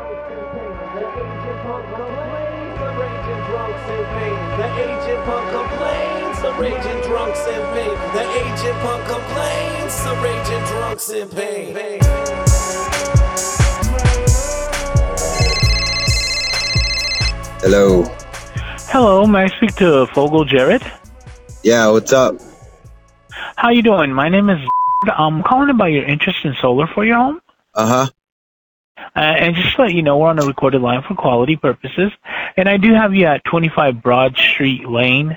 The agent punk complains, the raging drunks in pain. The agent punk complains, the raging drunks in pain. The agent punk complains, the raging drunks in pain. Hello. Hello, may I speak to Fogel Jarrett? Yeah, what's up? How you doing? My name is. I'm calling about your interest in solar for your home. Uh huh. Uh, and just to let you know, we're on a recorded line for quality purposes. And I do have you at 25 Broad Street Lane.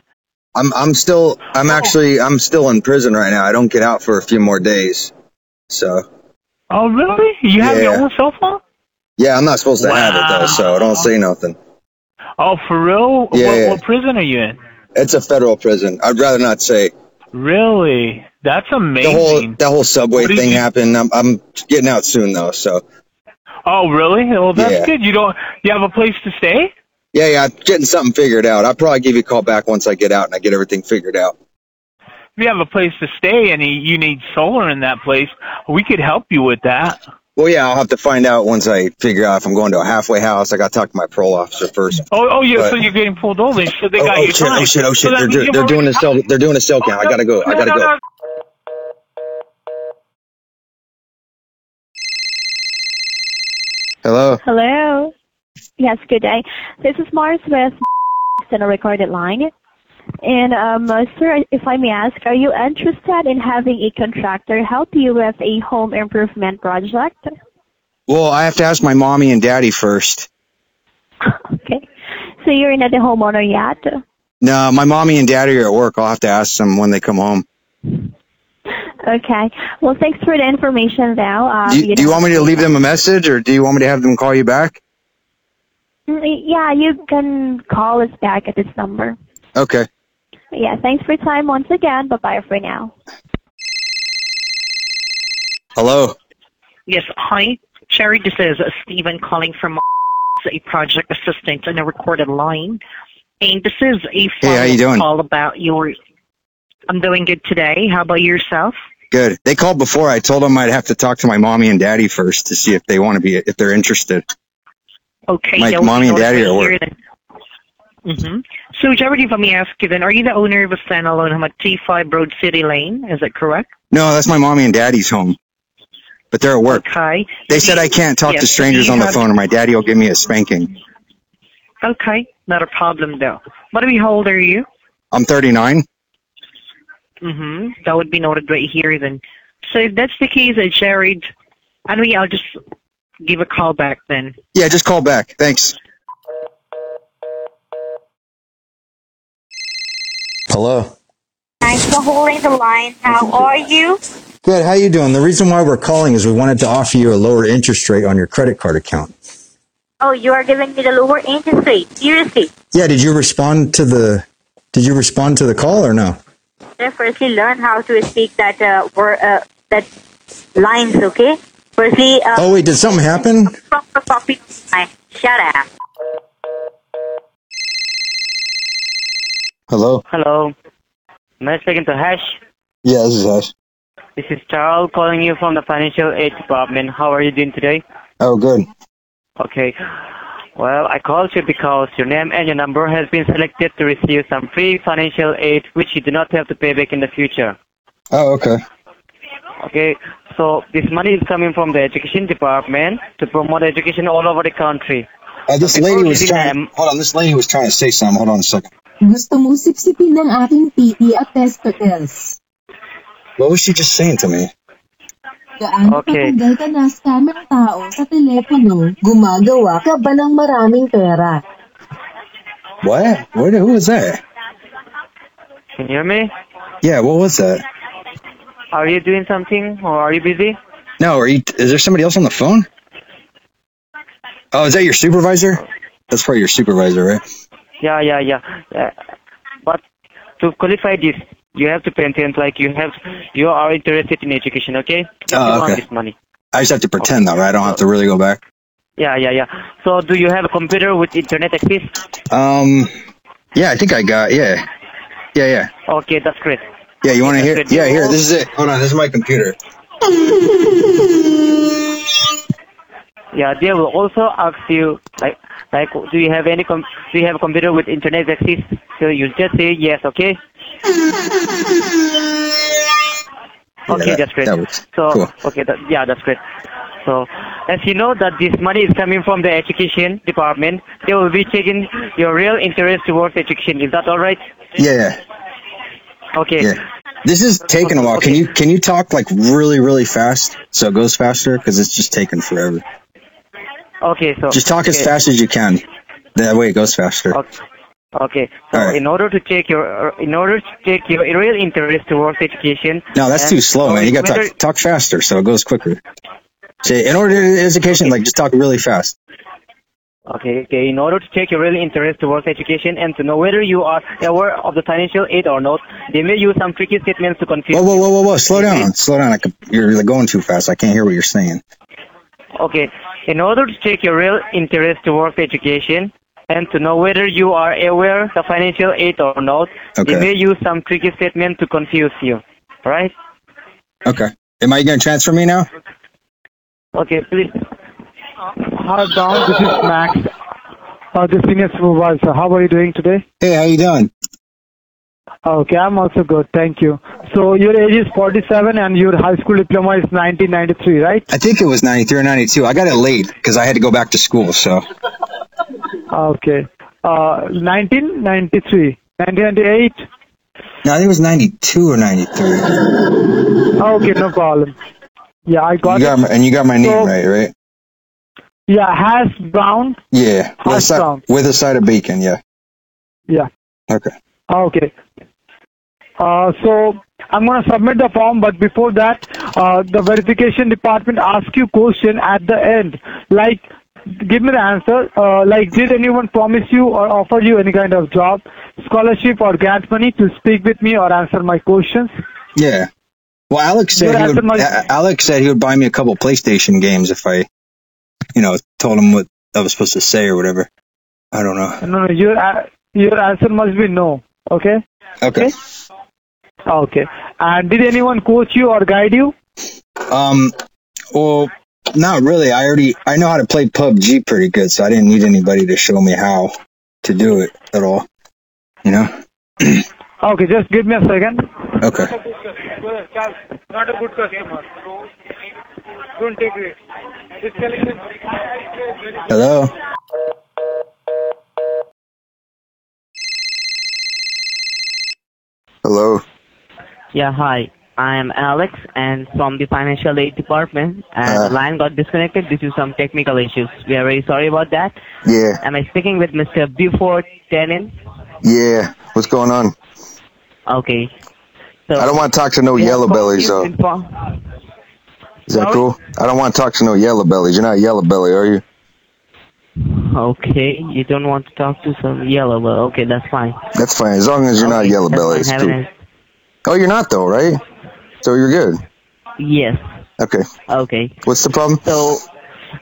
I'm I'm still Oh. I'm actually I'm still in prison right now. I don't get out for a few more days. So Oh, really? You have your Yeah. own cell phone? yeah, I'm not supposed to have it though. So don't say nothing. Oh, for real? Yeah. What, what prison are you in? It's a federal prison. I'd rather not say Really? That's the whole amazing. that whole subway What do you thing think? happened. I'm I'm getting out soon though. So oh, really? Well, that's Yeah. good. You don't. You have a place to stay? yeah, yeah, I'm getting something figured out. I'll probably give you a call back once I get out and I get everything figured out. If you have a place to stay and you- you need solar in that place, we could help you with that. Well, yeah, I'll have to find out once I figure out if I'm going to a halfway house. I got to talk to my parole officer first. Oh, oh, yeah. But- so you're getting pulled over. So they Oh, got oh, your shit, time. oh shit! Oh So shit! that They're, means do, you've they're already- doing a cell. They're doing a cell Oh, count. I no, gotta go. I no, gotta no, go. no. Hello. Hello. Yes, good day. This is Mars with on a recorded line. And um, uh, sir, if I may ask, are you interested in having a contractor help you with a home improvement project? Well, I have to ask my mommy and daddy first. okay. So you're not a homeowner yet. No, my mommy and daddy are at work. I'll have to ask them when they come home. Okay. Well, thanks for the information, though. Uh, do, you, do you know- want me to leave them a message, or do you want me to have them call you back? Mm, Yeah, you can call us back at this number. Okay. Yeah, thanks for your time once again. Bye-bye for now. Hello. Yes, hi, Sherry. This is uh, Stephen calling from a project assistant on a recorded line, and this is a Hey, how follow-up you doing? call about your. I'm doing good today. How about yourself? Good. They called before. I told them I'd have to talk to my mommy and daddy first to see if they want to be if they're interested. Okay, My no mommy and worries. daddy are at work. You're the- Mhm. So, Jared, if I may ask you then, are you the owner of a standalone home at T5 Road City Lane? Is that correct? No, that's my mommy and daddy's home, but they're at work. Okay. They said I can't talk Yes. to strangers Do you on the have- phone, or my daddy will give me a spanking. Okay, not a problem though. What do we hold are you? I'm 39. Mm-hmm. That would be noted right here then. So if that's the case, uh, Jared, I mean, I'll just give a call back then. Yeah, just call back. Thanks. Hello. Thanks for holding the line. How are you? Good. How you doing? The reason why we're calling is we wanted to offer you a lower interest rate on your credit card account. Oh, you are giving me the lower interest rate. Seriously. Yeah. Did you respond to the Did you respond to the call or no? Then firstly, learn how to speak that uh, word, uh, that lines, okay? Firstly, uh, Oh wait, did something happen? proper copy line. Shut up. Hello. Hello. Am I speaking to Hash? Yeah, this is us. This is Charles calling you from the financial aid department. How are you doing today? Oh, good. Okay. Well, I called you because your name and your number has been selected to receive some free financial aid which you do not have to pay back in the future. Oh, okay. Okay. So this money is coming from the education department to promote education all over the country. Uh, this lady was Before trying. you did that- Hold on. This lady was trying to say something. Hold on a second. Gusto mo sipsipin ng aking PE at testicles. What was she just saying to me? Gaano Okay. katanggal ka na scam ng tao sa telepono, gumagawa ka ba ng maraming pera? What? Where? Who was that? Can you hear me? Yeah. What was that? Are you doing something or are you busy? No, are you? Is there somebody else on the phone? Oh, is that your supervisor? That's probably your supervisor, right? Yeah, yeah, yeah. Uh, but to qualify this, you have to pretend like you have you are interested in education, okay? But Oh, you want okay. this money. I just have to pretend though, right? I don't have to really go back. Yeah, yeah, yeah. So do you have a computer with internet access? Um, yeah, I think I got. Yeah, yeah, yeah, Okay, that's great. yeah. You want to hear? Yeah, here. This is it. Hold on. This is my computer. Yeah, they will also ask you like like do you have any com- do you have a computer with internet access? So you just say yes, okay? Okay, that- that's great. that works. So Cool. okay, that, yeah, that's great. So as you know that this money is coming from the education department, they will be checking your real interest towards education. Is that all right? Yeah, Okay. yeah. This is taking a while. Can you can you talk like really really fast so it goes faster? Because it's just taking forever. Okay. So Just talk as okay. fast as you can. That way it goes faster. Okay. So All right. in order to check your uh, in order to check your real interest towards education. No, that's and- too slow, so man. You got whether- to talk, talk faster so it goes quicker. Say in order to education, like just talk really fast. Okay, okay. In order to check your real interest towards education and to know whether you are aware of the financial aid or not, they may use some tricky statements to confuse. Whoa, whoa, whoa, whoa, whoa! Slow down, slow down. I can, you're like, going too fast. I can't hear what you're saying. Okay. In order to check your real interest towards education and to know whether you are aware of the financial aid or not, Okay. they may use some tricky statements to confuse you. Right? Okay. Am I gonna transfer me now? Okay, please. Hi, Don. This is Max, uh, the senior supervisor. How are you doing today? Hey, how you doing? Okay, I'm also good. Thank you. So your age is 47 and your high school diploma is 1993, right? I think it was 93 or 92. I got it late because I had to go back to school. So Okay. Uh, 1993, 1998. no, I think it was 92 or 93. Okay, no problem. Yeah, I got, You got it. my, and you got my name So- right, right? Yeah, Hash Brown. Yeah. With a, Hash side, brown. with a side of bacon. Yeah. Yeah. Okay. Ah, Okay. Uh, so I'm going to submit the form, but before that, uh, the verification department asks you question at the end, like, give me the answer. Uh, like, did anyone promise you or offer you any kind of job, scholarship, or grant money to speak with me or answer my questions? Yeah. Well, Alex You're said he would, asking my- A- Alex said he would buy me a couple PlayStation games if I, you know, told him what I was supposed to say or whatever. I don't know. No, no, your a- your answer must be no. Okay. Okay. Okay. And did anyone coach you or guide you? Um. Well, not really. I already I know how to play PUBG pretty good, so I didn't need anybody to show me how to do it at all. You know. Okay, just give me a second. Okay. Not a good customer. Don't take it. Hello. Hello. Yeah, hi. I'm Alex and from the financial aid department and Uh. the line got disconnected due to some technical issues. We are very sorry about that. Yeah. Am I speaking with Mr. Buford Tenin? Yeah. What's going on? Okay. I don't want to talk to no yellow bellies though. Is that cool? I don't want to talk to no yellow bellies. You're not a yellow belly, are you? Okay, you don't want to talk to some yellow, but okay, that's fine. That's fine. As long as you're not a yellow that's belly, it's fine. Have a cool. Oh, you're not though, right? So you're good. Yes. Okay. Okay. What's the problem? So,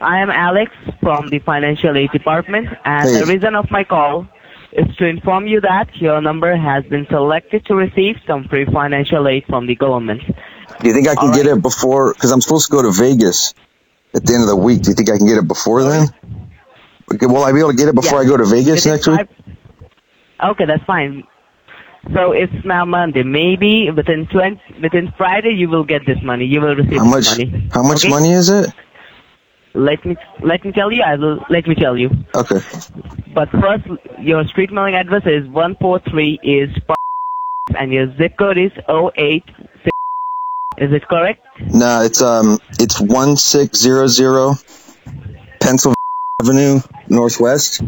I am Alex from the financial aid department, and Hey. the reason of my call is to inform you that your number has been selected to receive some free financial aid from the government. Do you think I can get it before? Because I'm supposed to go to Vegas at the end of the week. Do you think I can get it before then? Okay, Will I be able to get it before I go to Vegas It is next week? five- Okay, that's fine. So it's now Monday. Maybe within 20, within Friday you will get this money. You will receive this How much? money. How much Okay? money is it? Let me let me tell you. I will let me tell you. Okay. But first, your street mailing address is 143 is P- and your zip code is 08. Is it correct? No, it's um, it's one six zero zero, Pennsylvania Avenue Northwest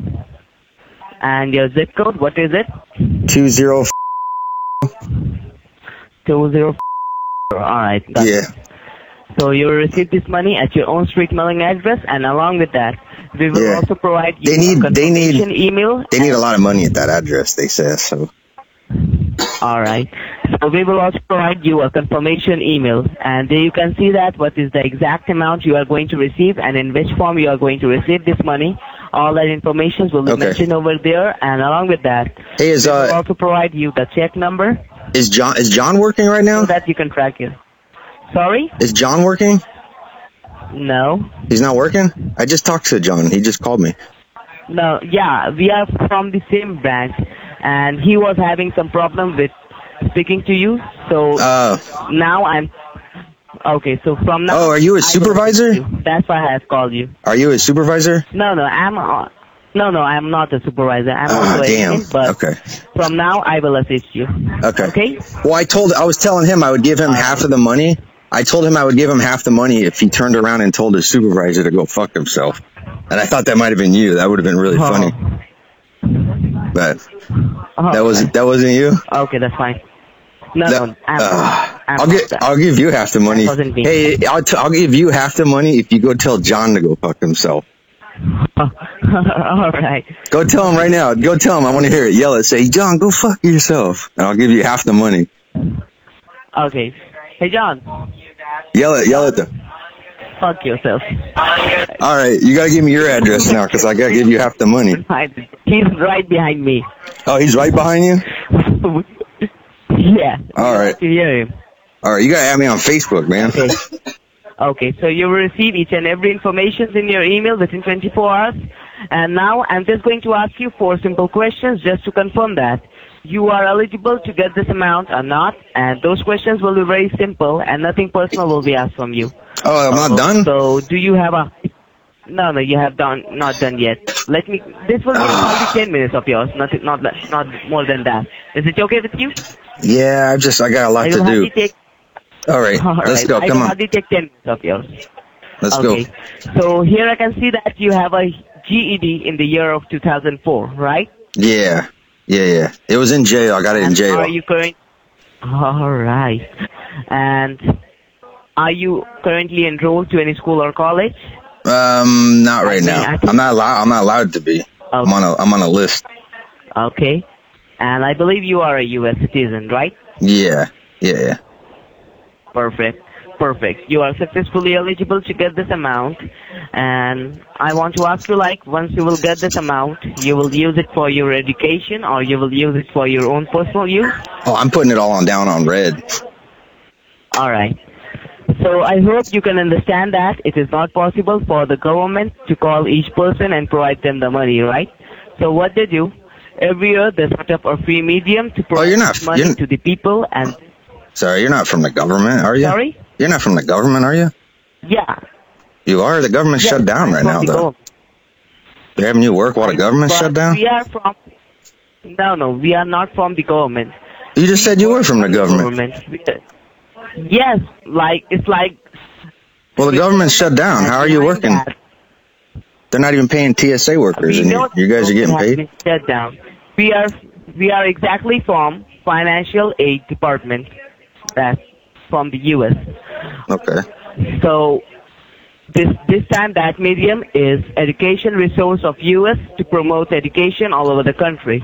And your zip code, what is it? two zero. Two zero. All right. got it. Yeah. So you will receive this money at your own street mailing address, and along with that, we will Yeah. also provide you They need- a they need- confirmation email. They need a lot of money at that address. They say so. All right. So we will also provide you a confirmation email, and there you can see that what is the exact amount you are going to receive and in which form you are going to receive this money. All that information will be Okay. mentioned over there, and along with that, Hey, is, we will uh, also provide you the check number Is John is John working right so now? that you can track it. Sorry? Is John working? No. He's not working? I just talked to John. He just called me. No, yeah, we are from the same branch, and he was having some problem with speaking to you. So now I'm okay. So from now, Oh, are you a I don't supervisor? speak to you. That's why I have called you. Are you his supervisor? No, no, I'm uh, no, no, I'm not a supervisor. I'm Ah, also damn. agent, but Okay. from now I will assist you. Okay. Okay. Uh-huh. Well, I told, I was telling him I would give him half of the money. I told him I would give him half the money if he turned around and told his supervisor to go fuck himself. And I thought that might have been you. That would have been really Oh. funny. But Uh-huh. that was that wasn't you. Okay, that's fine. No, no, I'm, I'm uh, I'll not get that. I'll give you half the money. That wasn't me. Hey, I'll t- I'll give you half the money if you go tell John to go fuck himself. All right. Go tell him right now. Go tell him. I want to hear it. Yell it. Say, John, go fuck yourself, and I'll give you half the money. Okay. Hey, John. Yell it. Yell at them. Fuck yourself. All right, you gotta give me your address now, cause I gotta give you half the money. I- He's right behind me. Oh, he's right behind you. Yeah. All right. Yeah. All right, you gotta add me on Facebook, man. Okay, so you will receive each and every information in your email within 24 hours. And now I'm just going to ask you four simple questions just to confirm that you are eligible to get this amount or not. And those questions will be very simple and nothing personal will be asked from you. Oh, I'm not done. So do you have a... No, no, you have done not done yet. Let me. This will be Ah. only 10 minutes of yours, not not less- not more than that. Is it okay with you? Yeah, I just I got a lot I will to hardly do. Take, All right, all let's right, go. I Come will on, hardly take 10 minutes of yours. let's okay. So here I can see that you have a GED in the year of 2004, right? go. Yeah, yeah, yeah. It was in jail. I got it in jail. Are you current? All right. And are you currently enrolled to any school or college? Um, not right now. I'm not allowed. I'm not allowed to be. I'm on a I'm on a list. Okay. And I believe you are a U.S. citizen, right? Yeah, yeah, yeah. Perfect. Perfect. You are successfully eligible to get this amount. And I want to ask you like, once you will get this amount, you will use it for your education or you will use it for your own personal use? Oh, I'm putting it all on down on red. All right. So I hope you can understand that it is not possible for the government to call each person and provide them the money, right? So what they do, every year they set up a free medium to provide money Oh, you're- to the people and Sorry, you're not from the government, are you? Sorry? You're not from the government, are you? yeah, You are. The government's shut down right now, the though. They're having you work while the government's But shut down. We are from No, no, we are not from the government. You just said you were from the government. Yes, like it's like Well, the government's shut down. How are you working? They're not even paying TSA workers, We and you, don't you guys are getting have paid. been shut down. We are we are exactly from financial aid department that's from the US. Okay. So this this time that medium is education resource of US to promote education all over the country.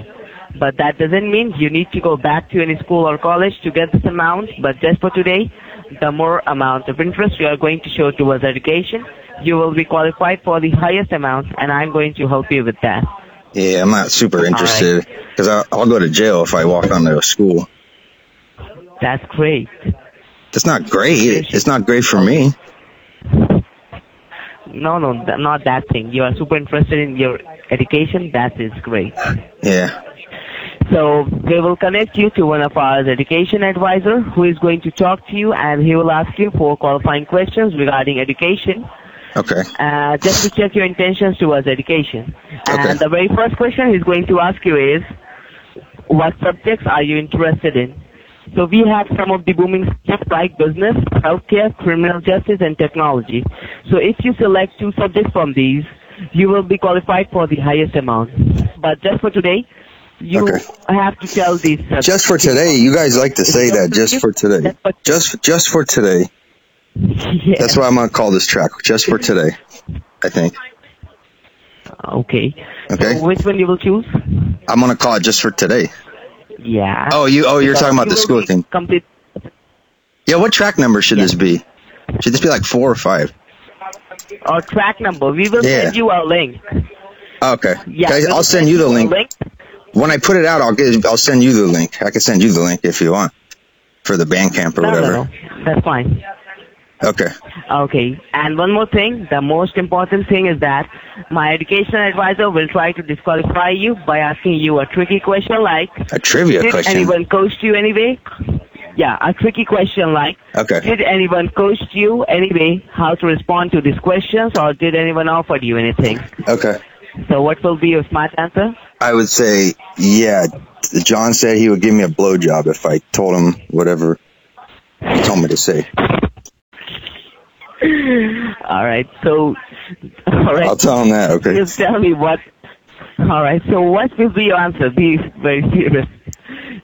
But that doesn't mean you need to go back to any school or college to get this amount, but just for today, the more amount of interest you are going to show towards education, you will be qualified for the highest amount and I'm going to help you with that. Yeah, I'm not super interested because I'll, I'll go to jail if I walk onto a school. That's great. That's not great. It's not great for me. No, no, th- not that thing. You are super interested in your education. That is great. Yeah. So we will connect you to one of our education advisor who is going to talk to you and he will ask you four qualifying questions regarding education. Okay. Uh, just to check your intentions towards education. And the very first question he's going to ask you is, what subjects are you interested in? So we have some of the booming subjects like business, healthcare, criminal justice, and technology. So if you select two subjects from these, you will be qualified for the highest amount. But just for today, you have to tell these subjects. Just for today, you guys like to say that. Just for today. Just just for today. That's why I'm gonna call this track. Just for today. I think. Okay. Okay. which one you will choose? I'm gonna call it just for today. Yeah. Oh, you. Oh, you're Because talking about you the will school be thing. Complete. Yeah. What track number should this be? Should this be like four or five? Or track number. We will Yeah. send you a link. Oh, okay. Yeah, Okay, I'll send you the link. When I put it out, I'll get. I'll send you the link. I can send you the link if you want for the Bandcamp or No, no, whatever. no. That's fine. Okay. Okay. And one more thing, the most important thing is that my educational advisor will try to disqualify you by asking you a tricky question like A trivia Did question. anyone coach you anyway? Yeah, a tricky question like Okay. Did anyone coach you anyway how to respond to these questions or did anyone offer you anything? Okay. So what will be your smart answer? I would say, yeah. John said he would give me a blowjob if I told him whatever he told me to say. All right. So, all right. I'll tell him that. Okay. Just tell me what. All right. So, what will be your answer? Be very serious.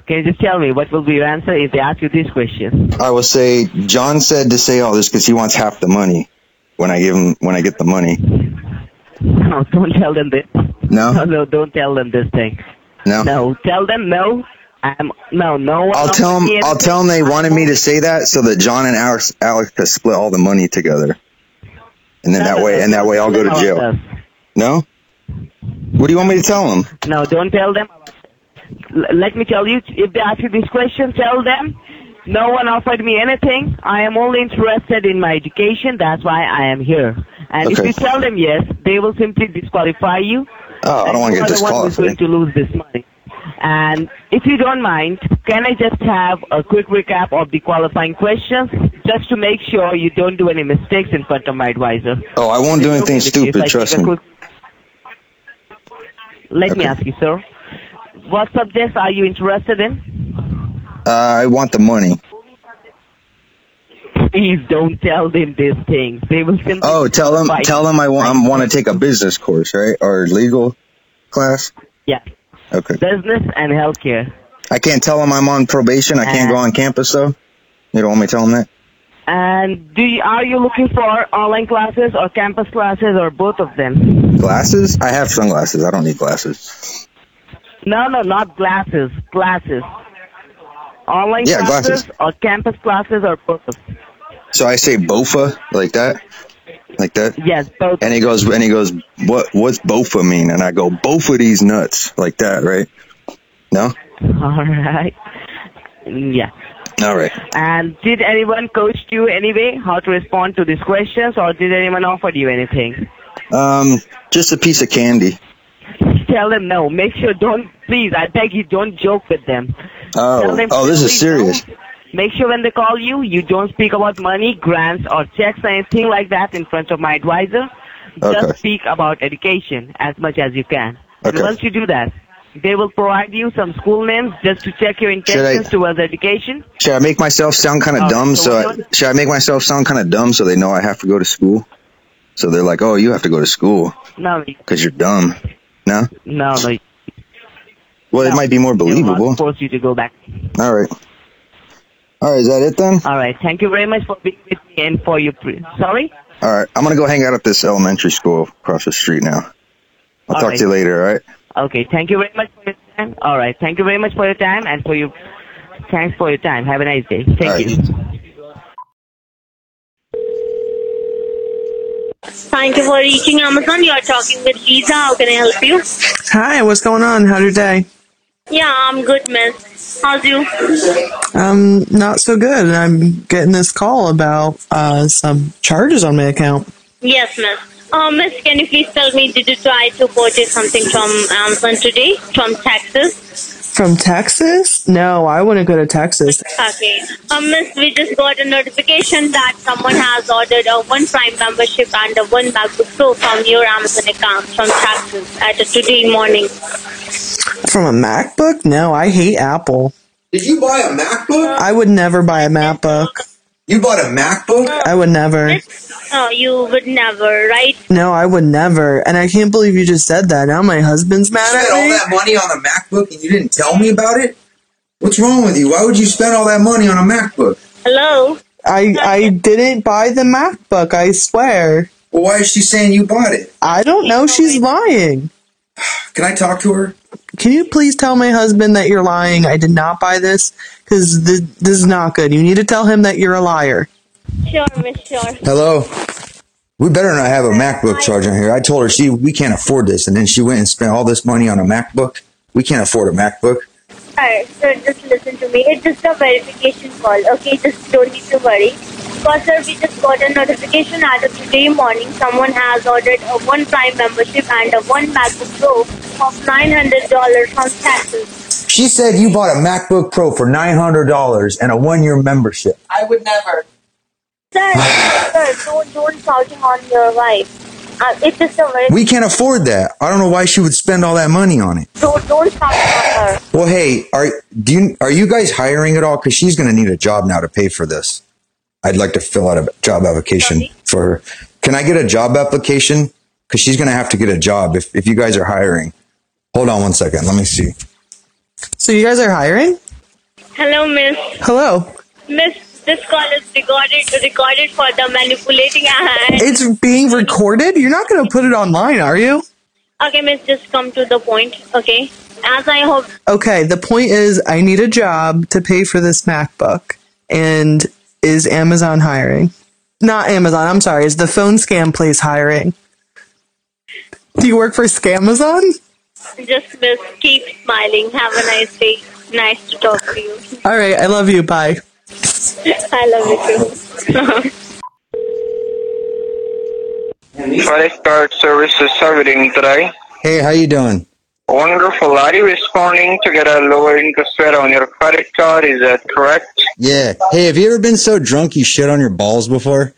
Can you just tell me what will be your answer if they ask you this question? I will say John said to say all this because he wants half the money when I give him when I get the money. No, don't tell them this. No? No, no, don't tell them this thing. No. No, tell them no. I'm no, no. one I'll offered tell him. me I'll anything. tell him they wanted me to say that so that John and Alex Alex could split all the money together, and then that way and that way I'll go to jail. No. What do you want me to tell him? No, don't tell them. L- let me tell you, if they ask you this question, tell them, no one offered me anything. I am only interested in my education. That's why I am here. And if Okay. you tell them yes, they will simply disqualify you. Oh, I don't want to And get you are the one who's going disqualified. to lose this money. And if you don't mind, can I just have a quick recap of the qualifying questions, just to make sure you don't do any mistakes in front of my advisor? Oh, I won't do It's anything okay with you if I stupid. take Trust a me. quick let me Okay. ask you, sir. What subjects are you interested in? Uh, I want the money. Please don't tell them these things. They will simply. Oh, tell them. Tell them I want. I want to take a business course, right, or legal class. Yeah. Okay. Business and healthcare. I can't tell them I'm on probation. I can't go Uh. on campus though. You don't want me telling that? And do you, are you looking for online classes or campus classes or both of them? Glasses? I have sunglasses. I don't need glasses. No, no, not glasses. Classes. Online Yeah, classes, glasses. or campus classes or both. of them. So I say Bofa like that, like that. Yes, both. And he goes, and he goes, what? What's Bofa mean? And I go, Bofa these nuts like that, right? No. All right. Yeah. All right. And did anyone coach you anyway how to respond to these questions or did anyone offer you anything? Um, just a piece of candy. Tell them no. Make sure don't please. I beg you, don't joke with them. Tell Oh, them oh, this is clearly serious. Make sure when they call you, you don't speak about money, grants, or checks, or anything like that in front of my advisor. Just Okay. speak about education as much as you can. And Okay. Once you do that, they will provide you some school names just to check your intentions towards education. Should I make myself sound kind of Oh, dumb? so So what I, should I make myself sound kind of dumb so they know I have to go to school? So they're like, oh, you have to go to school No, because you're dumb. No. no, no. Well, it might be more believable. Force you to go back. All right. All right. Is that it then? All right. Thank you very much for being with me and for your. Pre- Sorry. All right. I'm gonna go hang out at this elementary school across the street now. All I'll talk right. to you later. All right. Okay. Thank you very much for your time. All right. Thank you very much for your time and for your. Thanks for your time. Have a nice day. Thank you. Thank you for reaching Amazon. You are talking with Lisa. How can I help you? Hi, what's going on? How's your day? Yeah, I'm good, miss. How's you? Um, not so good. I'm getting this call about uh, some charges on my account. Yes, miss. Uh, miss, can you please tell me, did you try to purchase something from Amazon today? From Texas? From Texas? No, I wouldn't go to Texas. Okay. Uh, miss, we just got a notification that someone has ordered a one Prime membership and a one MacBook Pro from your Amazon account from Texas at a today morning. From a MacBook? No, I hate Apple. Did you buy a MacBook? I would never buy a MacBook. You bought a MacBook? I would never. Oh, you would never, right? No, I would never. And I can't believe you just said that. Now my husband's mad at spent all me. that money on a MacBook and you didn't tell me about it? What's wrong with you? Why would you spend all that money on a MacBook? Hello? I I didn't buy the MacBook, I swear. Well, why is she saying you bought it? I don't know, she's lying. Can I talk to her? Can you please tell my husband that you're lying? I did not buy this because this, this is not good. You need to tell him that you're a liar. Sure, miss, sure. Hello. We better not have a MacBook charge on here. I told her she we can't afford this, and then she went and spent all this money on a MacBook. We can't afford a MacBook. Alright, so just listen to me. It's just a verification call, okay? Just don't need to worry. Because sir, we just got a notification as of today morning someone has ordered a one Prime membership and a one MacBook Pro of $900 from Texas. She said you bought a MacBook Pro for $900 and a one year membership. I would never. Sir, sir, don't, don't shouting on your wife. Uh, it's just a very... We can't afford that. I don't know why she would spend all that money on it. Don't, don't shout on her. Well, hey, are do you are you guys hiring at all? Because she's going to need a job now to pay for this. I'd like to fill out a job application for her. Can I get a job application? Because she's going to have to get a job if if you guys are hiring. Hold on one second. Let me see. So you guys are hiring? Hello, miss. Hello. Miss, this call is recorded, recorded for the manipulating and... It's being recorded? You're not going to put it online, are you? Okay, miss, just come to the point, okay? As I hope Okay, the point is I need a job to pay for this MacBook. And is Amazon hiring? Not Amazon, I'm sorry. Is the phone scam place hiring? Do you work for Scamazon? Just miss, keep smiling. Have a nice day. Nice to talk to you. All right, I love you. Bye. I love you too. Flashcard services serving today. Hey, how you doing? Wonderful. Are you responding to get a lower interest rate on your credit card? Is that correct? Yeah. Hey, have you ever been so drunk you shit on your balls before?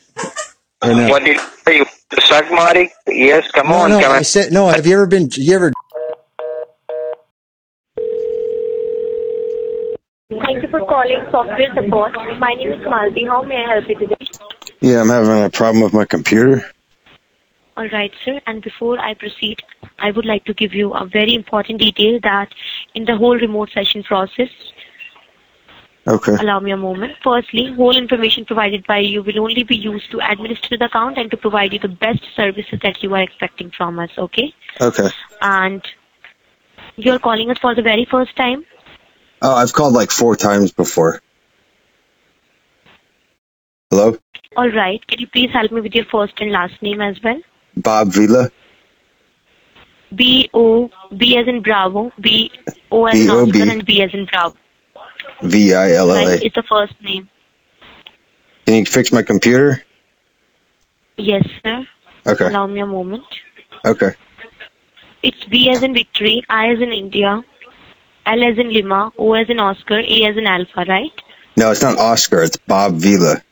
Or no? What did you say? Pragmatic? Yes, come No, on, no, come I on. said no. Have you ever been? You ever? Thank you for calling Software Support. My name is Malvi. How may I help you today? Yeah, I'm having a problem with my computer. All right, sir. And before I proceed, I would like to give you a very important detail that in the whole remote session process, Okay. allow me a moment. Firstly, whole information provided by you will only be used to administer the account and to provide you the best services that you are expecting from us, okay? Okay. And you're calling us for the very first time. Oh, I've called like four times before. Hello, All right. Can you please help me with your first and last name as well? Bob Vila. B O B as in Bravo, B O as in B O B. Oscar, and B as in Bravo. V I L L Right? A. It's the first name. Can you fix my computer? Yes, sir. Okay. Allow me a moment. Okay. It's B as in Victory, I as in India, L as in Lima, O as in Oscar, A as in Alpha, right? No, it's not Oscar. It's Bob Vila.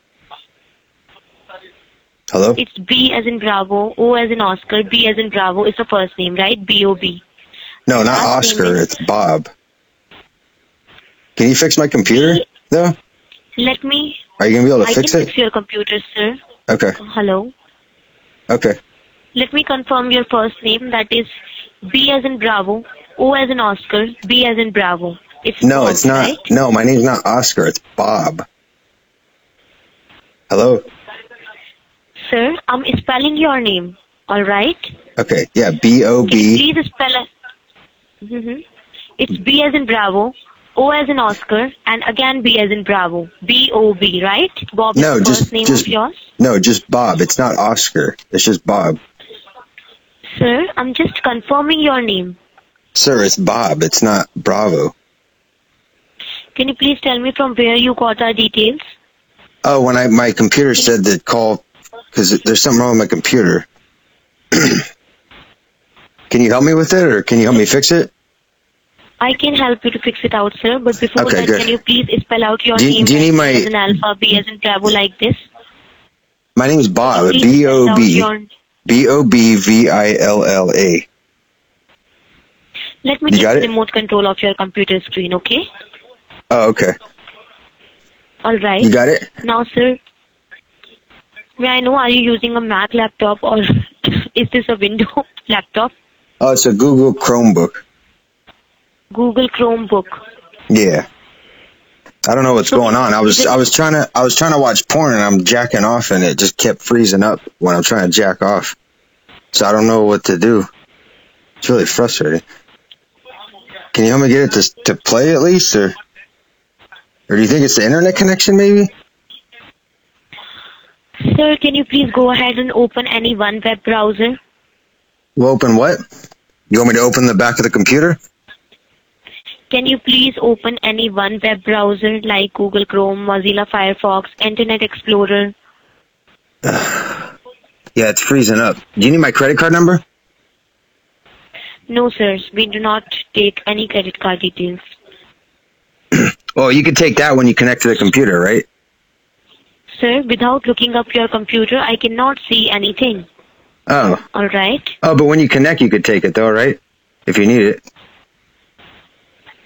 Hello. It's B as in Bravo, O as in Oscar, B as in Bravo. It's the first name, right? B O B. No, not Oscar. It's Bob. Can you fix my computer though? Let me. Are you gonna be able to I fix can it? fix your computer, sir. Okay. Hello. Okay. Let me confirm your first name. That is B as in Bravo, O as in Oscar, B as in Bravo. It's No, it's not. No, my name's not Oscar. It's Bob. Hello. sir. I'm spelling your name. All right. Okay. Yeah. B O B. Please spell it. hmm It's B as in Bravo, O as in Oscar, and again B as in Bravo. B O B, right? Bob is No, the just- first name just- of yours. No, just Bob. It's not Oscar. It's just Bob. Sir, I'm just confirming your name. Sir, it's Bob. It's not Bravo. Can you please tell me from where you got our details? Oh, when I my computer said to call because there's something wrong with my computer. can you help me with it, or can you help me fix it? I can help you to fix it out, sir. But before Okay, that, good. can you please spell out your Do you- name do you need as my- as in Alpha, B as in Bravo, like this? My name's Bob. Please Uh, B spell O out B your- B O B V I L L A. Let me You take got the it? remote control of your computer screen, okay? Oh, okay. All right. You got it? Now, sir, may I know are you using a Mac laptop or is this a Windows laptop? Oh, it's a Google Chromebook. Google Chromebook. Yeah. I don't know what's going on. I was I was trying to I was trying to watch porn and I'm jacking off and it just kept freezing up when I'm trying to jack off. So I don't know what to do. It's really frustrating. Can you help me get it to to play at least, or or do you think it's the internet connection maybe? Sir, can you please go ahead and open any one web browser? We'll open what? You want me to open the back of the computer? Can you please open any one web browser like Google Chrome, Mozilla Firefox, Internet Explorer, Yeah, it's freezing up. Do you need my credit card number? No, sirs, we do not take any credit card details. Oh, you could take that when you connect to the computer, right? Sir, without looking up your computer, I cannot see anything. Oh. All right? Oh, but when you connect, you could take it though, right? If you need it.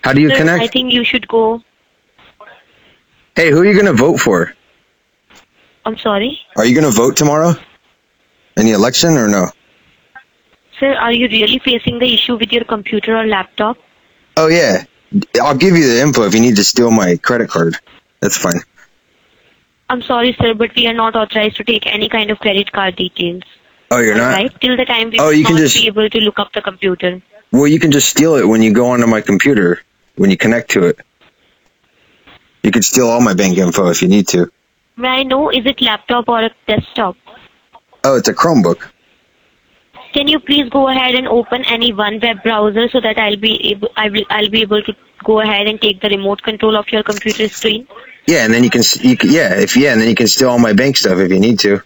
How do you Sir, connect? I think you should go. Hey, who are you going to vote for? I'm sorry. Are you going to vote tomorrow? In the election or no? Sir, are you really facing the issue with your computer or laptop? Oh, yeah. I'll give you the info if you need to steal my credit card. That's fine. I'm sorry, sir, but we are not authorized to take any kind of credit card details. Oh, you're not? Right? Till the time we Oh, will you not can just- be able to look up the computer. Well, you can just steal it when you go onto my computer, when you connect to it. You could steal all my bank info if you need to. May I know, is it laptop or a desktop? Oh, it's a Chromebook. Can you please go ahead and open any one web browser so that I'll be able, I will, I'll be able to go ahead and take the remote control of your computer screen? Yeah, and then you can, s- you can yeah, if yeah, and then you can steal all my bank stuff if you need to.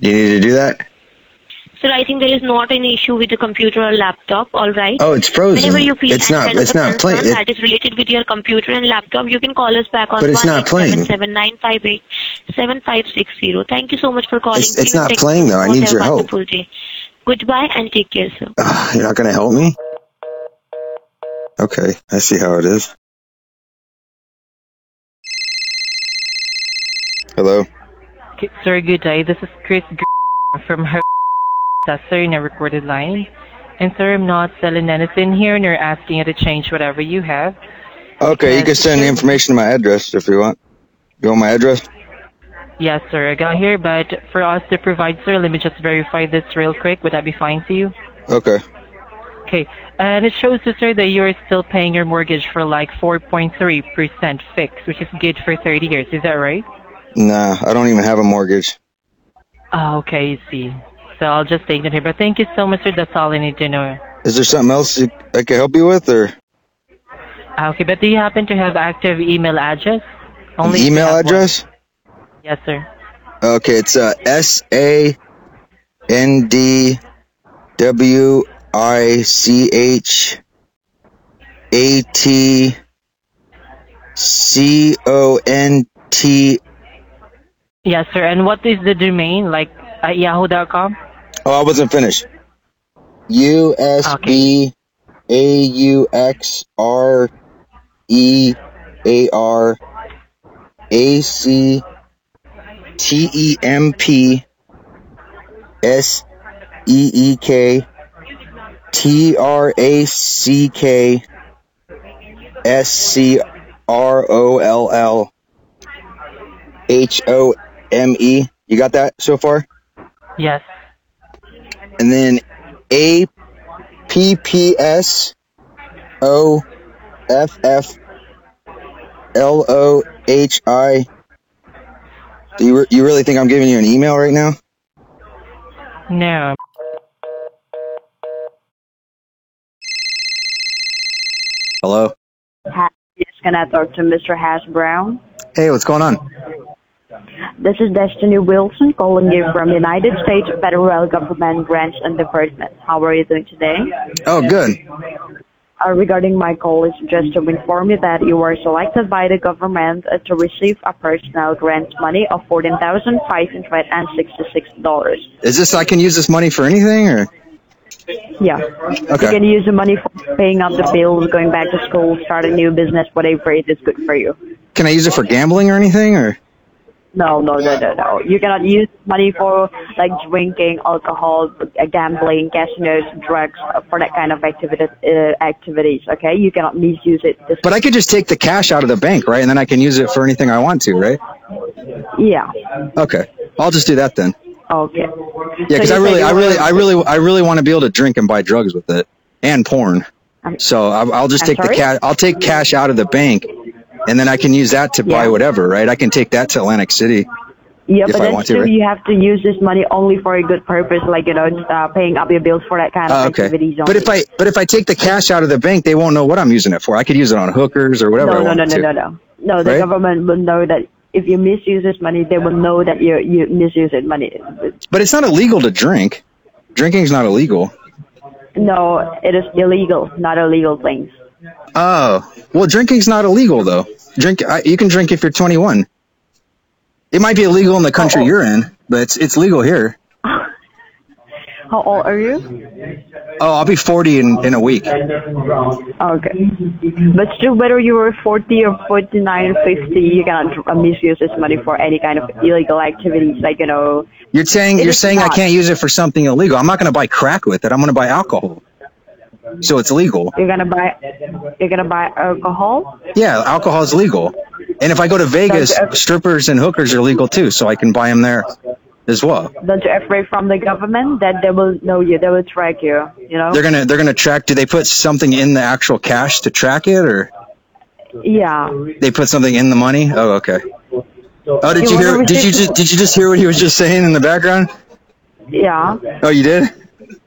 You need to do that? Sir, I think there is not an issue with the computer or laptop, alright? Oh, it's frozen. Whenever you feel It's any not- kind of it's a not concern playing. It- that is related with your computer and laptop, you can call us back on But it's not playing. 1-877-958-7560. Thank you so much for calling. It's- it's Please not take playing, though. I support. need Have your a help. wonderful day. Goodbye and take care, sir. You're not going to help me? Okay, I see how it is. Hello? Okay, Sir, good day. This is Chris G- from her that's sir in a recorded line. And sir, I'm not selling anything here and you're asking you to change whatever you have. Okay, you can send the information to my address if you want. You want my address? Yes, sir, I got here, but for us to provide, sir, let me just verify this real quick. Would that be fine to you? Okay. Okay. And it shows, sir, that you're still paying your mortgage for like 4.3% fixed, which is good for 30 years. Is that right? Nah, I don't even have a mortgage. Oh, okay, I see. So I'll just take it here. But thank you so much, sir. That's all I need to know. Is there something else you- I can help you with, or Okay, but do you happen to have active email address? an Only if you email have one. address? Yes, sir. Okay, it's uh, S A N D W I C H A T C O N T. Yes, sir. And what is the domain? Like uh, yahoo.com? Oh, I wasn't finished. U S B A U X R E A R A C T E M P S E E K T R A C K S C R O L L H O M E. You got that so far? Yes. and then A P P S O F F L O H I. Do you, re- you really think I'm giving you an email right now? No. Hello. Oh, Hi, yes, can I talk to Mr. Hash Brown? Hey, what's going on? This is Destiny Wilson calling you from United States Federal Government Grants and Department. How are you doing today? Oh, good. Uh, regarding my call, it's just to inform you that you were selected by the government uh, to receive a personal grant money of $14,566. Is this I can use this money for anything or? Yeah. Okay. You can use the money for paying up the bills, going back to school, start a new business, whatever it is good for you. Can I use it for gambling or anything or? No, no, no, no, no. You cannot use money for like drinking, alcohol, uh, gambling, casinos, drugs, uh, for that kind of activity, uh, activities. Okay, you cannot misuse it. This, But I could just take the cash out of the bank, right? And then I can use it for anything I want to, right? yeah. Okay. I'll just do that then. Okay. Yeah, because So I you really, said I you really, were- I really, I really want to be able to drink and buy drugs with it and porn. So I, I'll just I'm take the sorry? cash. I'll take cash out of the bank, and then I can use that to buy Yeah. whatever. Right? I can take that to Atlantic City. Yeah, if but I then want to, still right? you have to use this money only for a good purpose, like you know, uh, paying up your bills for that kind of Oh, okay. activities only. But if I, but if I take the cash out of the bank, they won't know what I'm using it for. I could use it on hookers or whatever no, I no, want no, to. no, no, no. No, the Right? government will know that if you misuse this money, they will know that you you misuse it money. But it's not illegal to drink. Drinking's not illegal. No, it is illegal, not illegal things. Oh, well, drinking's not illegal though. Drink, I, you can drink if you're 21. It might be illegal in the Oh, country you're in, but it's it's legal here. How old are you? Oh, I'll be 40 in, in a week. Okay. But still, whether you were 40 or 49 or 50, you cannot dr- uh, misuse this money for any kind of illegal activities, like, you know. You're saying It you're is saying I not. can't use it for something illegal. I'm not going to buy crack with it. I'm going to buy alcohol. So it's legal. You're gonna buy, you're gonna buy alcohol. Yeah, alcohol's legal. And if I go to Vegas, strippers and hookers are legal too, so I can buy them there as well. Don't you afraid from the government that they will know you, they will track you. You know. They're gonna they're gonna track. Do they put something in the actual cash to track it, or Yeah. they put something in the money? Oh, okay. Oh, did you hear? Did you just did you just hear what he was just saying in the background? Yeah. Oh, you did.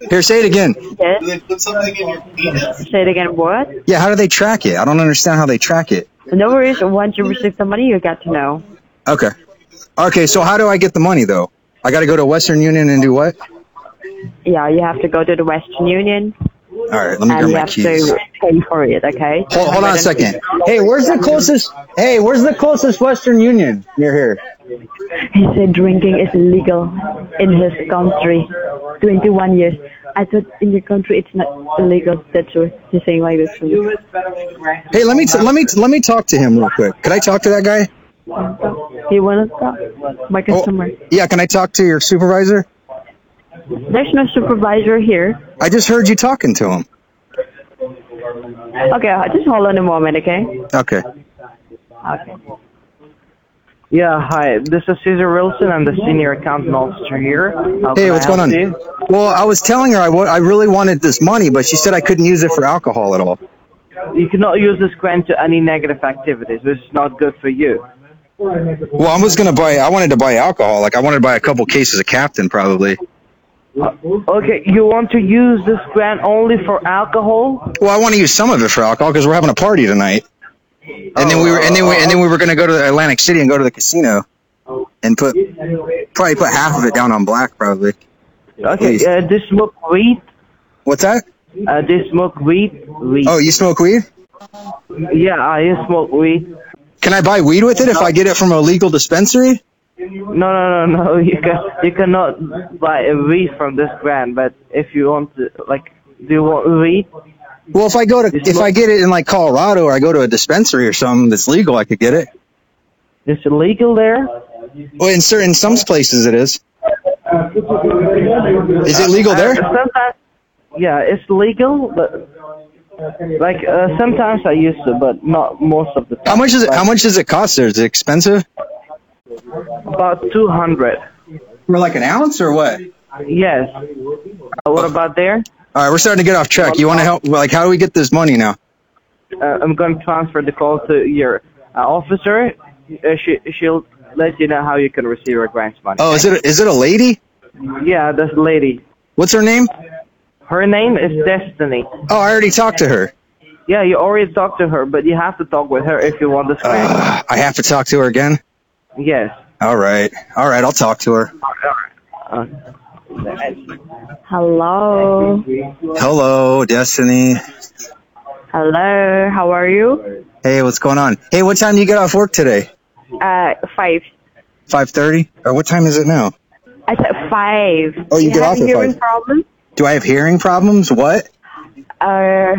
Here, say it again. Yes. they put something in your penis? Say it again. What? Yeah, how do they track it? I don't understand how they track it. No worries. Once you receive the money, you get to know. Okay. Okay, so how do I get the money though? I got to go to Western Union and do what? Yeah, you have to go to the Western Union All right, let and me grab you my have keys. to pay for it. Okay. Hold, hold on a second. Hey, where's the closest? Hey, where's the closest Western Union near here? He said drinking is illegal in his country. 21 years. I thought in your country it's not illegal. That's what he's saying like this. to me. Hey, let me t- let me t- let me talk to him real quick. Could I talk to that guy? Do you want to talk? Oh. My customer. Yeah, can I talk to your supervisor? There's no supervisor here. I just heard you talking to him. Okay, just hold on a moment, okay? Okay. Okay. Yeah, hi. This is Cesar Wilson. I'm the senior accountant officer here. How can Hey, I what's going help on? you? Well, I was telling her I wa- I really wanted this money, but she said I couldn't use it for alcohol at all. You cannot use this grant to any negative activities, which is not good for you. Well, I was gonna buy. I wanted to buy alcohol. Like I wanted to buy a couple cases of Captain, probably. Okay, you want to use this grant only for alcohol? Well, I want to use some of it for alcohol because we're having a party tonight. And then we were, and then we, and then we were gonna go to Atlantic City and go to the casino, and put probably put half of it down on black, probably. Okay, Please. uh, do you smoke weed? What's that? Uh, do you smoke weed? weed? Oh, you smoke weed? Yeah, I smoke weed. Can I buy weed with it if I get it from a legal dispensary? No, no, no, no. You can you cannot buy a weed from this grant. But if you want to, like, do you want weed? Well, if I go to, if I get it in like Colorado or I go to a dispensary or something that's legal, I could get it. Is it legal there? Well, in certain some places it is. Is it legal there? Uh, sometimes, yeah, it's legal, but like uh, sometimes I use it, but not most of the time. How much is it? How much does it cost there? Is it expensive? About two hundred. For like an ounce or what? Yes. Uh, what about there? All right, we're starting to get off track. You want to help? Like, how do we get this money now? Uh, I'm going to transfer the call to your uh, officer. Uh, she she'll let you know how you can receive your grants money. Oh, is it is it a lady? Yeah, this lady. What's her name? Her name is Destiny. Oh, I already talked to her. Yeah, you already talked to her, but you have to talk with her if you want this grant. I have to talk to her again. yes. All right, all right, I'll talk to her. Uh, Hello. Hello, Destiny. Hello. How are you? Hey, what's going on? Hey, what time do you get off work today? Uh, five. Five thirty? Or what time is it now? I said five. Oh, you get have off at hearing five. problem? Do I have hearing problems? What? Uh,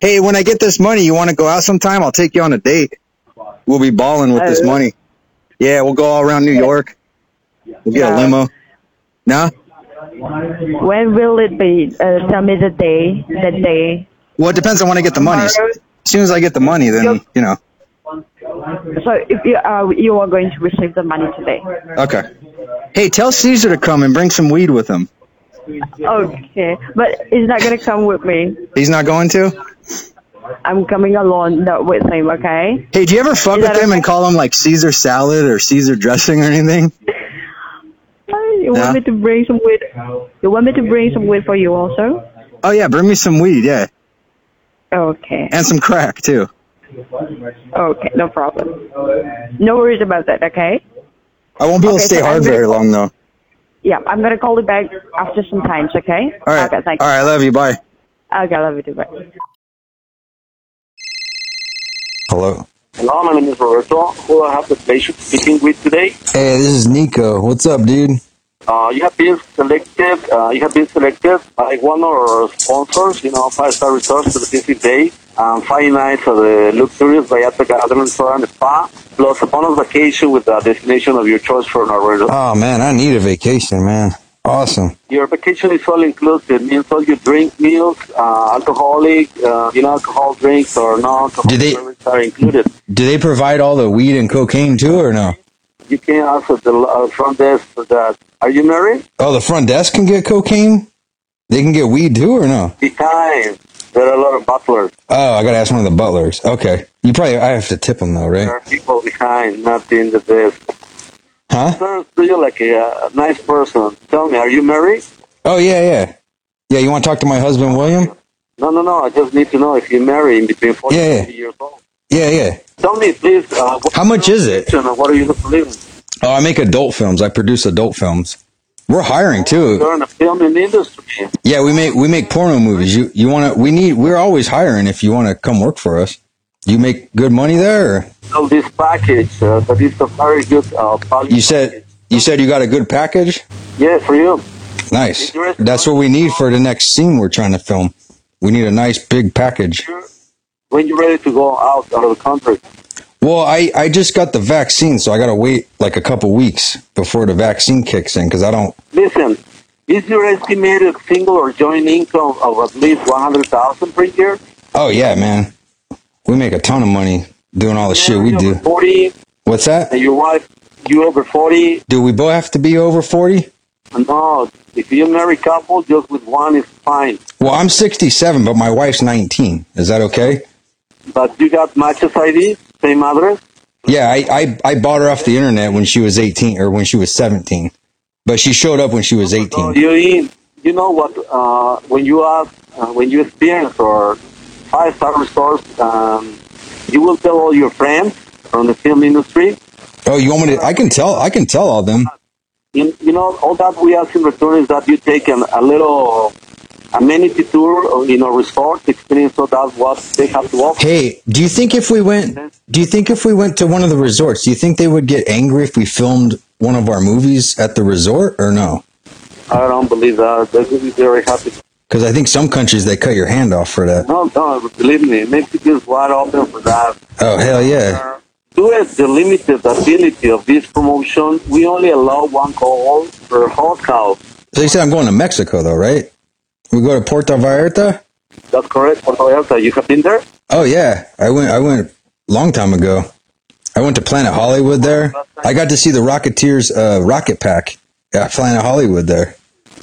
Hey, when I get this money, you want to go out sometime? I'll take you on a date. We'll be balling with this Oh. money. Yeah, we'll go all around New York. We'll get a limo. No? when will it be? Uh, tell me the day. The day. Well, it depends on when I get the money. As soon as I get the money, then, you know. So if you uh, you are going to receive the money today. Okay. Hey, tell Caesar to come and bring some weed with him. Okay, but he's not gonna come with me. He's not going to? I'm coming alone, not with him. Okay. Hey, do you ever fuck with him and call him like Caesar salad or Caesar dressing or anything? You want Yeah. me to bring some weed? You want me to bring some weed for you also? Oh, yeah, bring me some weed, yeah. Okay. And some crack, too. Okay, no problem. No worries about that, okay? I won't be able Okay, to stay so I'm hard gonna- very long though. Yeah, I'm gonna call you back after some times, okay? All right. Okay, thank All you. right. I love you. Bye. Okay, love you too. Bye. Hello. Hello, my name is Roberto. Who I have the pleasure of speaking with today? Hey, this is Nico. What's up, dude? Uh, you have been selected. Uh, you have been selected by one of our sponsors. You know, five star resorts for the busy day, um, five nights at the luxurious Vallarta Garden Resort and Spa, plus a bonus vacation with the destination of your choice for our resort. Oh man, I need a vacation, man. Awesome. Your vacation is all inclusive. Means all you drink meals, uh, alcoholic, uh, you know, alcohol drinks or non-alcoholic Did they- drinks are included. Do they provide all the weed and cocaine too, or no? You can ask at the uh, front desk for that. Are you married? Oh, the front desk can get cocaine. They can get weed too, or no? Be kind. There are a lot of butlers. Oh, I gotta ask one of the butlers. Okay, you probably I have to tip them though, There right? are people behind, not in the desk. Huh? Sir, do you like a, a nice person? Tell me, are you married? Oh yeah, yeah, yeah. You want to talk to my husband, William? No, no, no. I just need to know if you're married in between 40 Yeah, yeah. and 50 years old. Yeah, yeah. Tell me, please. Uh, what How much is it? and what are you living? Oh, I make adult films. I produce adult films. We're hiring too. You're in the filming industry. Yeah, we make we make porno movies. You you want to? We need. We're always hiring. If you want to come work for us, you make good money there. Or? So this package, uh, that is a very good uh, value. You said you said you got a good package. Yeah, for you. Nice. That's what we need for the next scene we're trying to film. We need a nice big package. When you're ready to go out out of the country. Well, I, I just got the vaccine, so I gotta wait like a couple weeks before the vaccine kicks in because I don't. Listen, is your estimated single or joint income of at least 100000 per year? Oh yeah, man, we make a ton of money doing all the shit we do. 40 What's that? and your wife, you over 40, Do we both have to be over forty? No, if you're married couple, just with one is fine. Well, I'm sixty-seven, but my wife's nineteen. Is that okay? But you got matches ID, same address. Yeah, I, I I bought her off the internet when she was eighteen or when she was seventeen, but she showed up when she was eighteen. You in? You know what? Uh, when you ask, uh, when you experience or five star resorts, um, you will tell all your friends from the film industry. Oh, you want me to? I can tell. I can tell all them. You, you know, all that we ask in return is that you take an, a little amenity tour uh, in a resort to experience so that what they have to offer. Hey, do you think if we went do you think if we went to one of the resorts, do you think they would get angry if we filmed one of our movies at the resort or no? I don't believe that. They will be very happy. Cuz I think some countries they cut your hand off for that. No, no, believe me, Mexico's wide open for that. Oh, hell yeah. Due to the limited ability of this promotion, we only allow one call per hotel. So you said I'm going to Mexico though, right? We go to Puerto Vallarta? That's correct, Puerto Vallarta. You have been there? Oh yeah, I went I went long time ago. I went to Planet Hollywood there. I got to see the Rocketeers uh, rocket pack at Planet Hollywood there.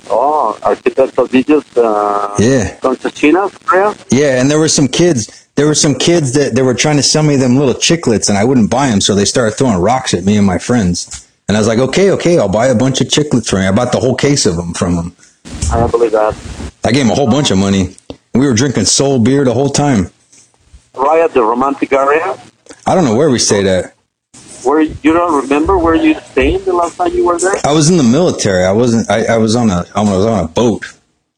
Oh, architects of Digis, uh, Yeah. Constantina area? Yeah, and there were some kids. There were some kids that they were trying to sell me them little chiclets, and I wouldn't buy them, so they started throwing rocks at me and my friends. And I was like, "Okay, okay, I'll buy a bunch of chiclets for you." I bought the whole case of them from them. I don't believe that. I gave them a whole bunch of money. We were drinking soul beer the whole time. Right at the romantic area? I don't know where we stayed at. Where you don't remember where you stayed the last time you were there? I was in the military. I wasn't. I, I was on a. I was on a boat,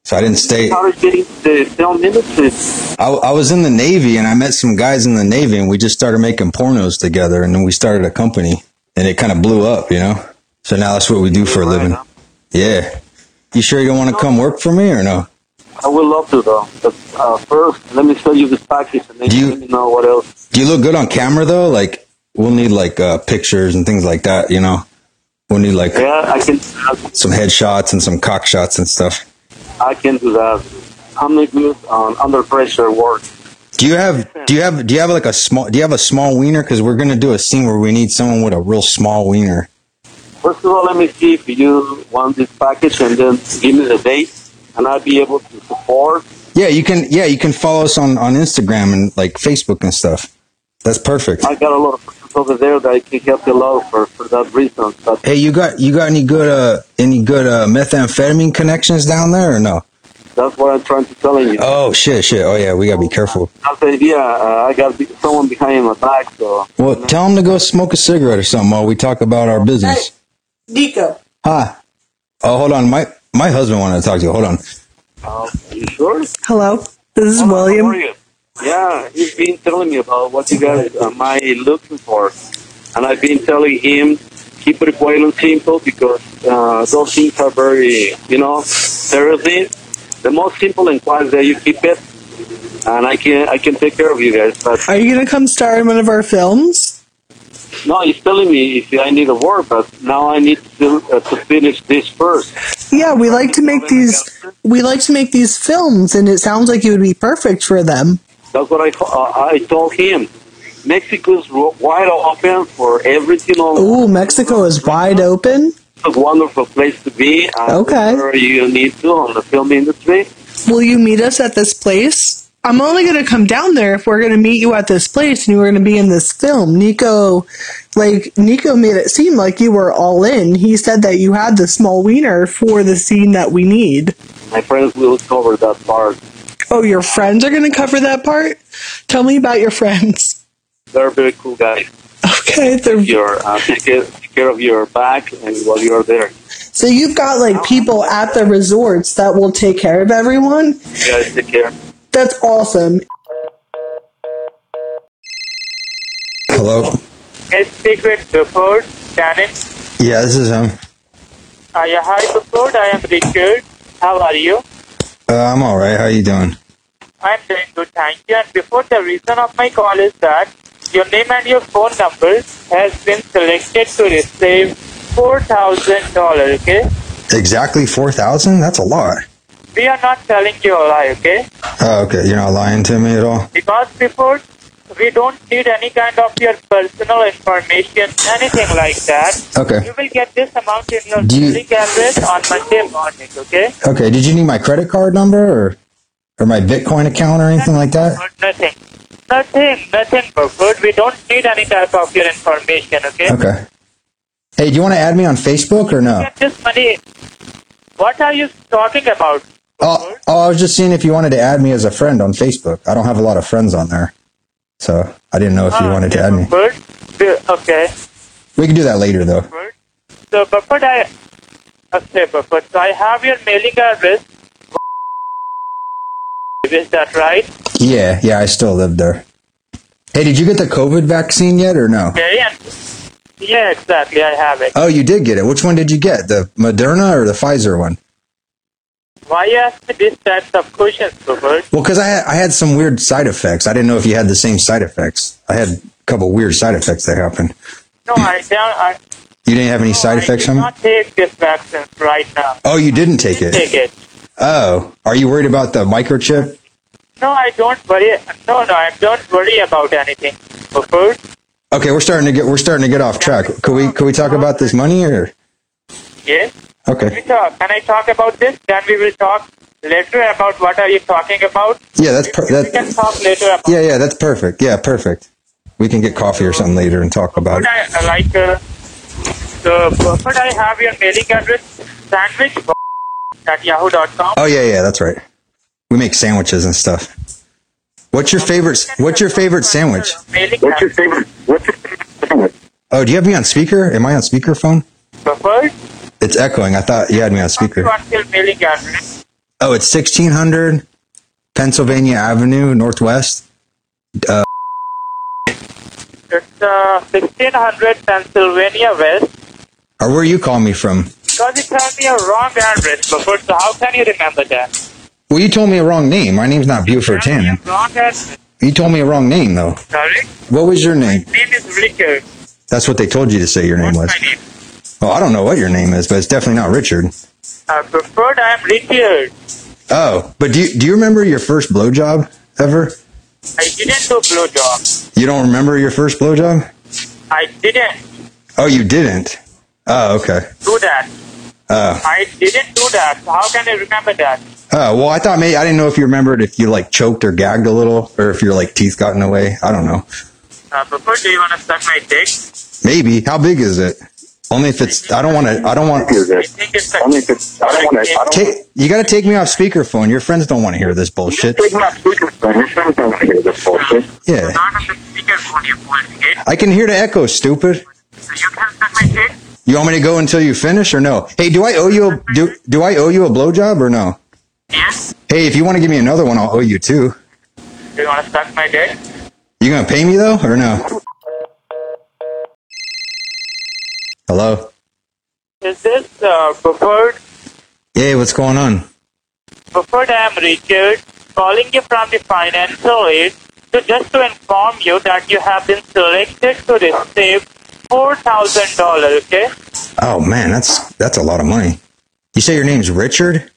so I didn't stay. How did you get into the film industry? I, I was in the Navy and I met some guys in the Navy and we just started making pornos together and then we started a company and it kind of blew up, you know? So now that's what we do for a living. Yeah. You sure you don't want to come work for me or no? I would love to though. But uh, first, let me show you this package and then you let me know what else. Do you look good on camera though? Like, we'll need like uh, pictures and things like that, you know? We'll need like Yeah, I can. some headshots and some cock shots and stuff. I can do that. I'm not good on under pressure work. Do you have do you have do you have like a small do you have a small wiener? Because we're gonna do a scene where we need someone with a real small wiener. First of all, let me see if you want this package and then give me the date, and I'll be able to support. Yeah, you can. Yeah, you can follow us on on Instagram and like Facebook and stuff. That's perfect. I got a lot of friends over there that I can help you out for, for that reason. But Hey, you got you got any good uh any good uh methamphetamine connections down there or no? That's what I'm trying to tell you. Oh shit, shit. Oh yeah, we gotta be careful. That's the idea. Uh, I got be- someone behind my back, so Well, tell them to go smoke a cigarette or something while we talk about our business. Nico. Huh? Oh, hold on. My my husband wanted to talk to you. Hold on. uh, you sure? Hello, this is William. Yeah, he's been telling me about what you guys am I looking for, and I've been telling him keep it boiling simple because uh, those things are very, you know, seriously. The most simple and quiet that you keep it, and I can I can take care of you guys. But Are you gonna come star in one of our films? no, he's telling me if I need a word, but now I need to uh, to finish this first. Yeah, we like to make these we like to make these films, and it sounds like you would be perfect for them. That's what I to- uh, I told him. Mexico's ro- wide open for everything. All Ooh, Mexico is wide open. a wonderful place to be. And Okay. wherever you need to on the film industry. Will you meet us at this place? I'm only going to come down there if we're going to meet you at this place and you were going to be in this film. Nico, like, Nico made it seem like you were all in. He said that you had the small wiener for the scene that we need. My friends will cover that part. Oh, your friends are going to cover that part? Tell me about your friends. They're very cool guys. Okay. They're... Your, uh, take, care, take care of your back and while you're there. So you've got, like, people at the resorts that will take care of everyone? You guys take care. That's awesome. Hello. Let's speak with Buford, Janet. Yeah, this is him. Uh, yeah, hi Buford, I am Richard. How are you? Uh, I'm all right. How you doing? I'm doing good, thank you. And before the reason of my call is that your name and your phone number has been selected to receive $4,000, okay? Exactly four thousand. That's a lot. We are not telling you a lie, okay? Oh, okay. You're not lying to me at all. Because before, we don't need any kind of your personal information, anything like that. Okay. You will get this amount in your Do you- billing address on Monday morning, okay? Okay. Did you need my credit card number or or my Bitcoin account or anything like that? Nothing. Nothing, nothing, Buford. We don't need any type of your information, okay? Okay. Hey, do you want to add me on Facebook or no? Get this money. What are you talking about? Oh, oh, I was just seeing if you wanted to add me as a friend on Facebook. I don't have a lot of friends on there, so I didn't know if you wanted to add me. Buford? Do- Okay. We can do that later, though. So, Buford, I. Okay, Buford. So, I have your mailing address. Is that right? Yeah, yeah, I still live there. Hey, did you get the COVID vaccine yet or no? Okay. And yeah, exactly. I have it. Oh, you did get it. Which one did you get? The Moderna or the Pfizer one? Why you ask me these types of questions, Buford? Well, because I had, I had some weird side effects. I didn't know if you had the same side effects. I had a couple weird side effects that happened. No, I don't. I You didn't have any side effects from it? not take these vaccines right now. Oh, you didn't take it. Take it. Oh, are you worried about the microchip? No, I don't worry. No, no, I don't worry about anything. Buford, Okay, we're starting to get we're starting to get off track. Could we could we talk about this money or yes. okay? We talk. Can I talk about this? Then we will talk later about what are you talking about. Yeah, that's per- We can that. talk later about. Yeah, yeah, that's perfect. Yeah, perfect. We can get coffee or something later and talk about it. I like uh, the Buford. I have your mailing address sandwich at yahoo.com. Oh yeah, yeah, that's right. We make sandwiches and stuff. What's your favorite? What's your favorite sandwich? Mailing What's your favorite? Oh, do you have me on speaker? Am I on speakerphone? Buford, It's echoing. I thought you had me on speaker. what's your mailing address? Oh, it's sixteen hundred Pennsylvania Avenue Northwest. Uh, It's uh, 1600 Pennsylvania West. or where you call me from? Because you told me a wrong address, Buford, so how can you remember that? Well, you told me a wrong name. My name's not Buford Tannen. Wrong address. You told me a wrong name though. Sorry? What was your name? Name is Richard. That's what they told you to say your name was. Oh, I don't know what your name is, but it's definitely not Richard. Uh, Buford, I am Richard. Oh, but do you, do you remember your first blowjob ever? I didn't do blowjob. You don't remember your first blowjob? I didn't Oh, you didn't. Oh, okay. do that. Oh, I didn't do that. How can I remember that? oh. Well, I thought maybe I didn't know if you remembered if you like choked or gagged a little, or if your like teeth got in the way. I don't know. Uh, Buford, do you want to suck my dick? Maybe. How big is it? Only if it's. I don't want to. I don't want. Only if it's. I don't want to. I don't Take. You got to take me off speakerphone. Your friends don't want to hear this bullshit. Take my speakerphone. Your friends don't want to hear this bullshit. Yeah. I can hear the echo, stupid. You want me to go until you finish or no? Hey, do I owe you a do do I owe you a blowjob or no? Yes. Hey, if you want to give me another one, I'll owe you two. Do you want to suck my dick? You gonna pay me though or no? Hello. Is this uh, Buford? Hey, what's going on? Buford, I'm Richard, calling you from the financial aid. So just to inform you that you have been selected to receive four thousand dollars. Okay? Oh man, that's that's a lot of money. You say your name's Richard?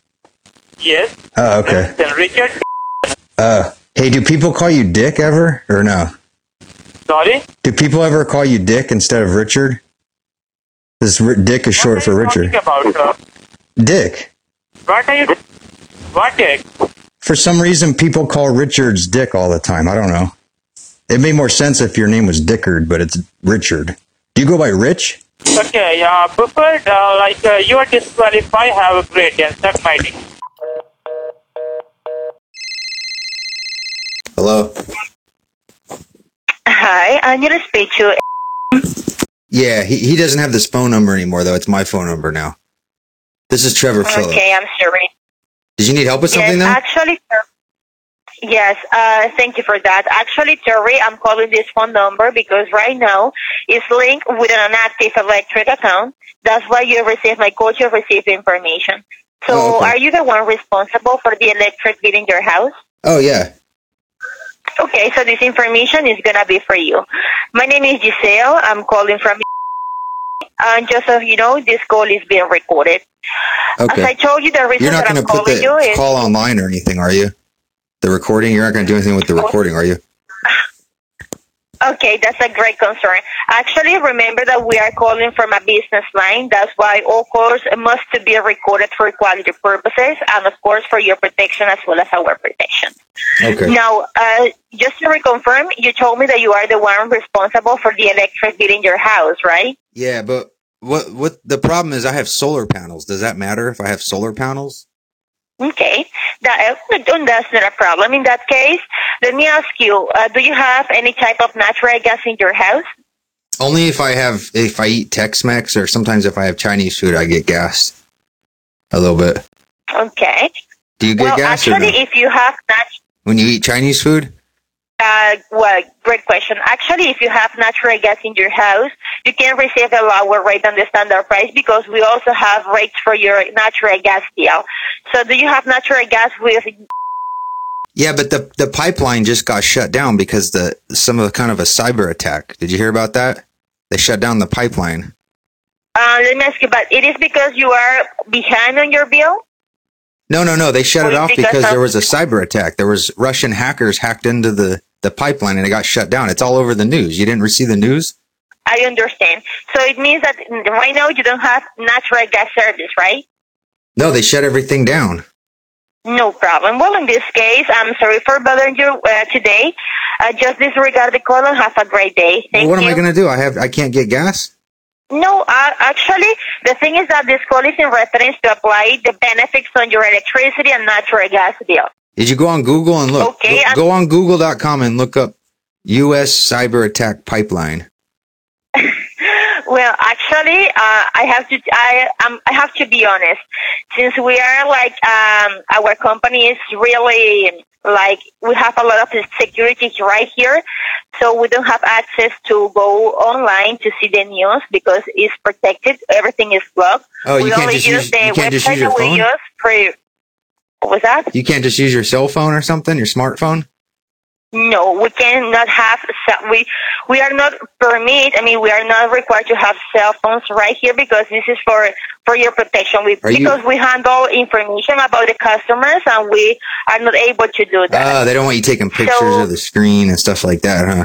Yes. Oh, okay. Then Richard, Uh, hey, do people call you Dick ever or no? sorry. Do people ever call you Dick instead of Richard? This Ri- Dick is short for Richard. Think about uh, Dick. what are you? What dick? For some reason, people call Richards Dick all the time. I don't know. It made more sense if your name was Dickard, but it's Richard. Do you go by Rich? Okay, uh, Buford, uh, like uh, you are disqualified. Have a great day. Suck my dick. Hello. Hi, I need to speak to. Yeah, he, he doesn't have this phone number anymore, though. It's my phone number now. This is Trevor Phillips. Okay, I'm sorry. Did you need help with yes, something, though? actually, sir- yes. Uh, thank you for that. Actually, Terry, I'm calling this phone number because right now it's linked with an inactive electric account. That's why you receive my code. You receive information. So, Oh, are you the one responsible for the electric bill in your house? Oh, yeah. Okay, so this information is gonna be for you. My name is Giselle. I'm calling from. And just so you know, this call is being recorded. As I Okay. told you, the reason You're not that going I'm to put calling you the is call online or anything, are you? The recording? You're not going to do anything with the recording, are you? okay. That's a great concern. Actually, remember that we are calling from a business line. That's why all calls must be recorded for quality purposes and, of course, for your protection as well as our protection. Okay. Now, uh, just to reconfirm, you told me that you are the one responsible for the electric bill in your house, right? Yeah, but what what the problem is? I have solar panels. Does that matter if I have solar panels? Okay, that, uh, that's not a problem. In that case, let me ask you: uh, Do you have any type of natural gas in your house? Only if I have if I eat Tex Mex or sometimes if I have Chinese food, I get gassed a little bit. Okay. Do you get well, gas or actually, no? if you have nat- when you eat Chinese food? uh, well, great question. Actually, if you have natural gas in your house, you can receive a lower rate than the standard price because we also have rates for your natural gas deal. So, do you have natural gas with? Yeah, but the the pipeline just got shut down because the some of kind of a cyber attack. Did you hear about that? They shut down the pipeline. Uh, let me ask you, but it is because you are behind on your bill. No, no, no. They shut it Well, off because because of- there was a cyber attack. There was Russian hackers hacked into the the pipeline and it got shut down. It's all over the news. You didn't receive the news? I understand. So it means that right now you don't have natural gas service, right? No, they shut everything down. No problem. Well, in this case, I'm sorry for bothering you uh, today. Uh, just disregard the call and have a great day. Thank what you. am I going to do? I have I can't get gas. No, uh, actually, the thing is that this call is in reference to apply the benefits on your electricity and natural gas bill. Did you go on Google and look? Okay, Go- I'm- go, on Google.com and look up U.S. cyber attack pipeline. Well, actually, uh, I have to I um, I have to be honest. Since we are like um, our company is really like we have a lot of security right here, so we don't have access to go online to see the news because it's protected. Everything is blocked. Oh, you we can't only just use use- the you website can't just use your that phone? we use for. What was that? You can't just use your cell phone or something, your smartphone. No, we cannot have ce- we we are not permit. I mean, we are not required to have cell phones right here because this is for for your protection. We, Are you- because we handle information about the customers and we are not able to do that. Oh, they don't want you taking pictures So- of the screen and stuff like that, huh?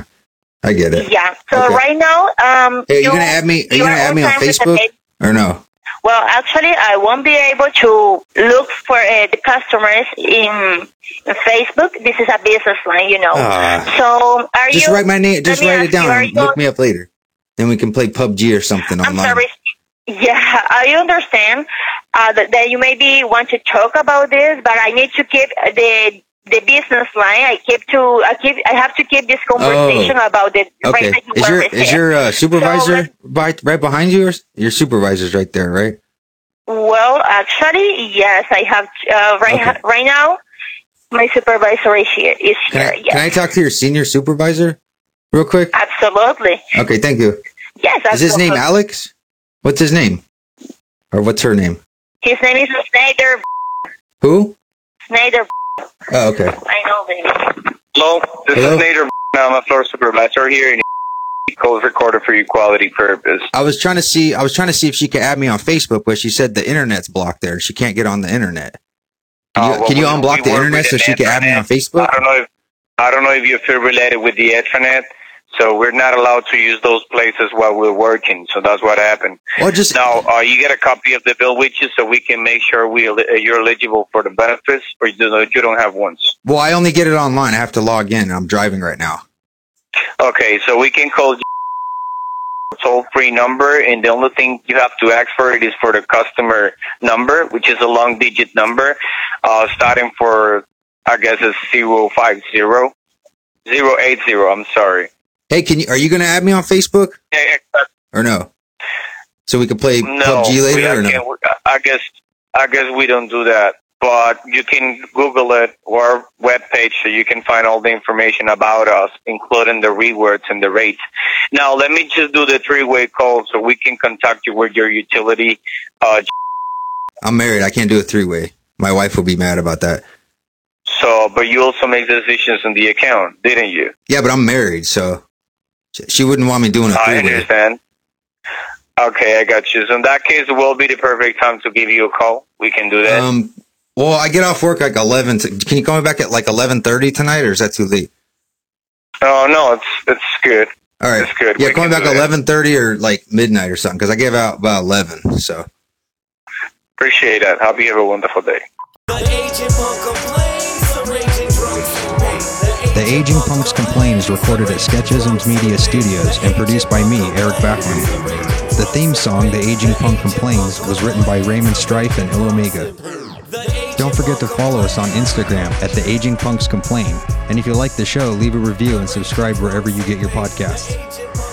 I get it. yeah. So right now, um, Ah, Hey, are you gonna add me? Are you gonna add me on time with the Facebook page. or no? well, actually, I won't be able to look for uh, the customers in, in Facebook. This is a business line, you know. Ah. so are Just you? write my name. Just let me write it ask you, down. are and you Look me up later. Then we can play PUBG or something online. Sorry. Yeah, I understand uh, that, that you maybe want to talk about this, but I need to keep the the business line. I keep to I keep I have to keep this conversation about the Oh. Okay. rate that you Is your were is your uh, supervisor let's- by, right behind you? Or s- your supervisor's right there, right? Well, actually, yes, I have uh, right Okay. right now. My supervisor is here. Is Can here? I can I talk to your senior supervisor real quick? Absolutely. Okay, thank you. Yes. Is his name absolutely. Alex? What's his name? Or what's her name? His name is Snyder. Who? Snyder. Oh, okay. I know, baby. Hello, this is Nader. I'm a floor supervisor here in calls recorded for equality purpose. I was trying to see. I was trying to see if she could add me on Facebook, but she said the internet's blocked there. She can't get on the internet. Can you, Uh, well, can you we- unblock we the work internet with so an she can add me on Facebook? I don't know if I don't know if you feel related with the Ethernet, so we're not allowed to use those places while we're working. So that's what happened. Well, just now, uh, you get a copy of the bill with you, so we can make sure we uh, you're eligible for the benefits, or you don't, you don't have ones. Well, I only get it online. I have to log in. I'm driving right now. Okay, so we can call toll free number, and the only thing you have to ask for it is for the customer number, which is a long digit number, uh, starting for I guess it's zero five zero zero eight zero. I'm sorry. Hey, can you? Are you going to add me on Facebook Yeah, or no? So we can play No, PUBG we- later I or no? can't- we- I guess I guess we don't do that, but you can Google it or our webpage so you can find all the information about us, including the rewards and the rates. Now, let me just do the three-way call so we can contact you with your utility. Uh, I'm married. I can't do a three way. My wife will be mad about that. so, but you also make decisions in the account, didn't you? Yeah, but I'm married, so she- she wouldn't want me doing a I three way. understand. Okay, I got you. So in that case, it will be the perfect time to give you a call. We can do that. Um, well, I get off work like eleven. To, can you call me back at like eleven thirty tonight, or is that too late? oh no, it's it's good. All right, it's good. Yeah, We call me can back do that. eleven thirty or like midnight or something, because I give out about eleven. So Appreciate that. Hope you have a wonderful day. The Aging Punks Complain is recorded at Sketchisms Media Studios and produced by me, Eric Bachman. The theme song, The Aging Punk Complains, was written by Raymond Strife and Il Omega. Don't forget to follow us on Instagram at The Aging Punks Complain. And if you like the show, leave a review and subscribe wherever you get your podcasts.